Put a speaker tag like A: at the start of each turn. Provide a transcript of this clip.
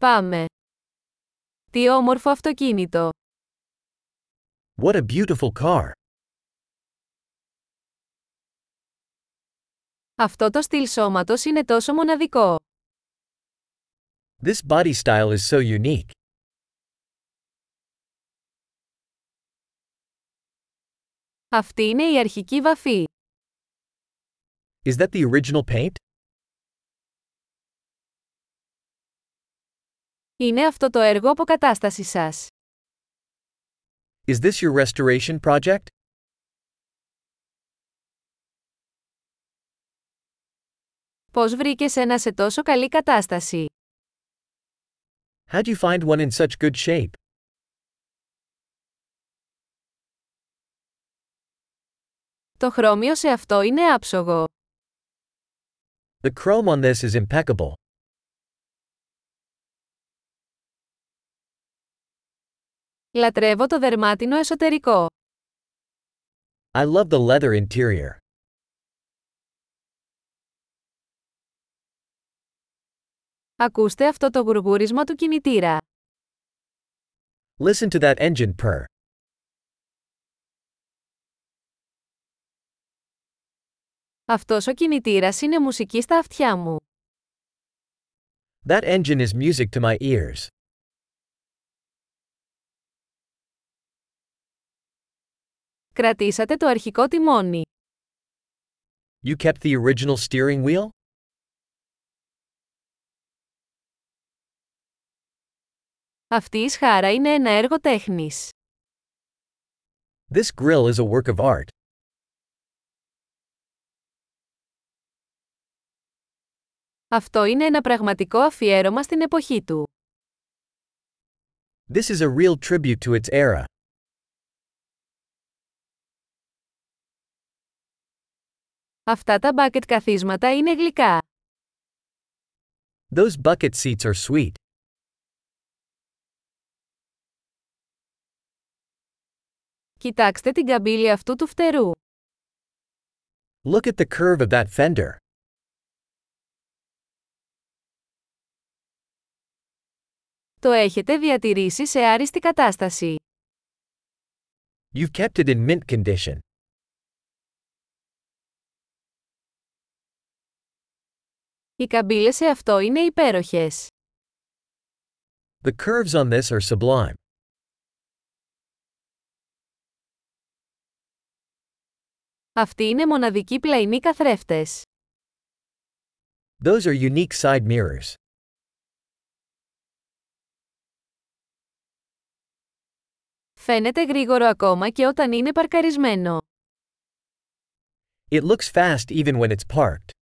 A: Πάμε. Τι όμορφο αυτοκίνητο.
B: What a beautiful car!
A: Αυτό το στυλ σώματος είναι τόσο μοναδικό.
B: This body style is so unique.
A: Αυτή είναι η αρχική βαφή.
B: Is that the original paint?
A: Είναι αυτό το έργο αποκατάστασης σας.
B: Is this your restoration project?
A: Πώς βρήκες ένα σε τόσο καλή κατάσταση.
B: How'd you find one in such good shape?
A: Το χρώμιο σε αυτό είναι άψογο.
B: The chrome on this is impeccable.
A: Λατρεύω το δερμάτινο εσωτερικό.
B: I love the leather interior.
A: Ακούστε αυτό το γουργούρισμα του κινητήρα.
B: Listen to that engine purr.
A: Αυτός ο κινητήρας είναι μουσική στα αυτιά μου.
B: That engine is music to my ears.
A: Κρατήσατε το αρχικό τιμόνι.
B: You kept the original steering wheel?
A: Αυτή η σχάρα είναι ένα έργο τέχνης.
B: This grill is a work of art.
A: Αυτό είναι ένα πραγματικό αφιέρωμα στην εποχή του.
B: This is a real tribute to its era.
A: Αυτά τα μπάκετ καθίσματα είναι γλυκά.
B: Those bucket seats are sweet.
A: Κοιτάξτε την καμπύλη αυτού του φτερού.
B: Look at the curve of that fender.
A: Το έχετε διατηρήσει σε άριστη κατάσταση.
B: You've kept it in mint condition.
A: Οι καμπύλες σε αυτό είναι υπέροχες.
B: The curves on this are sublime.
A: Αυτοί είναι μοναδικοί πλαϊνοί καθρέφτες.
B: Those are unique side mirrors.
A: Φαίνεται γρήγορο ακόμα και όταν είναι παρκαρισμένο.
B: It looks fast even when it's parked.